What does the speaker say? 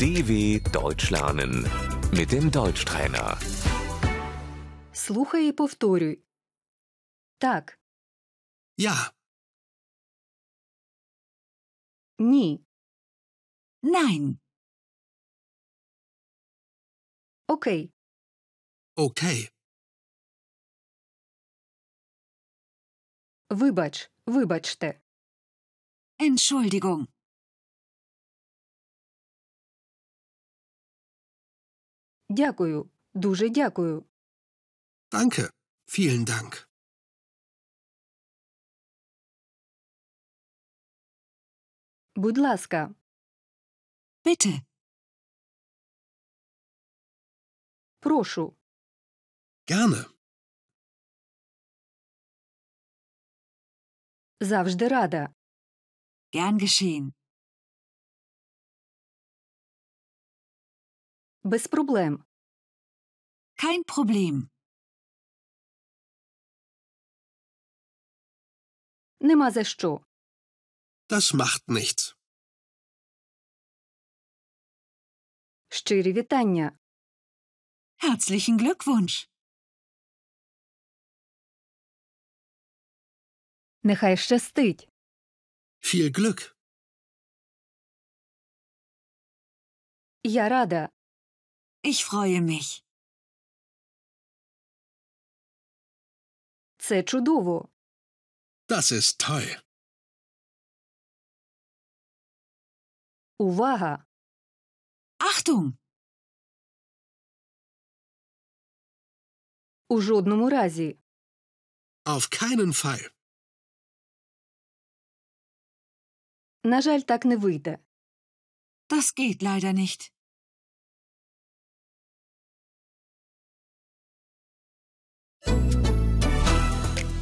DW Deutsch lernen mit dem Deutschtrainer. Слухай і повторюй. Так, Ja, ні, Nein, окей, okay, вибач, вибачте, Entschuldigung, дякую, дуже дякую, danke, vielen Dank. будь ласка, bitte, прошу, Gerne, завжди рада. gern geschehen, Без проблем. kein Problem, Нема за що. das macht nichts. Щирі вітання. herzlichen Glückwunsch. Нехай щастить. Viel Glück, Я рада. Ich freue mich, Це чудово. das ist toll. Увага! Achtung, У жодному разі. Auf keinen Fall. На жаль, так не вийде. das geht leider nicht.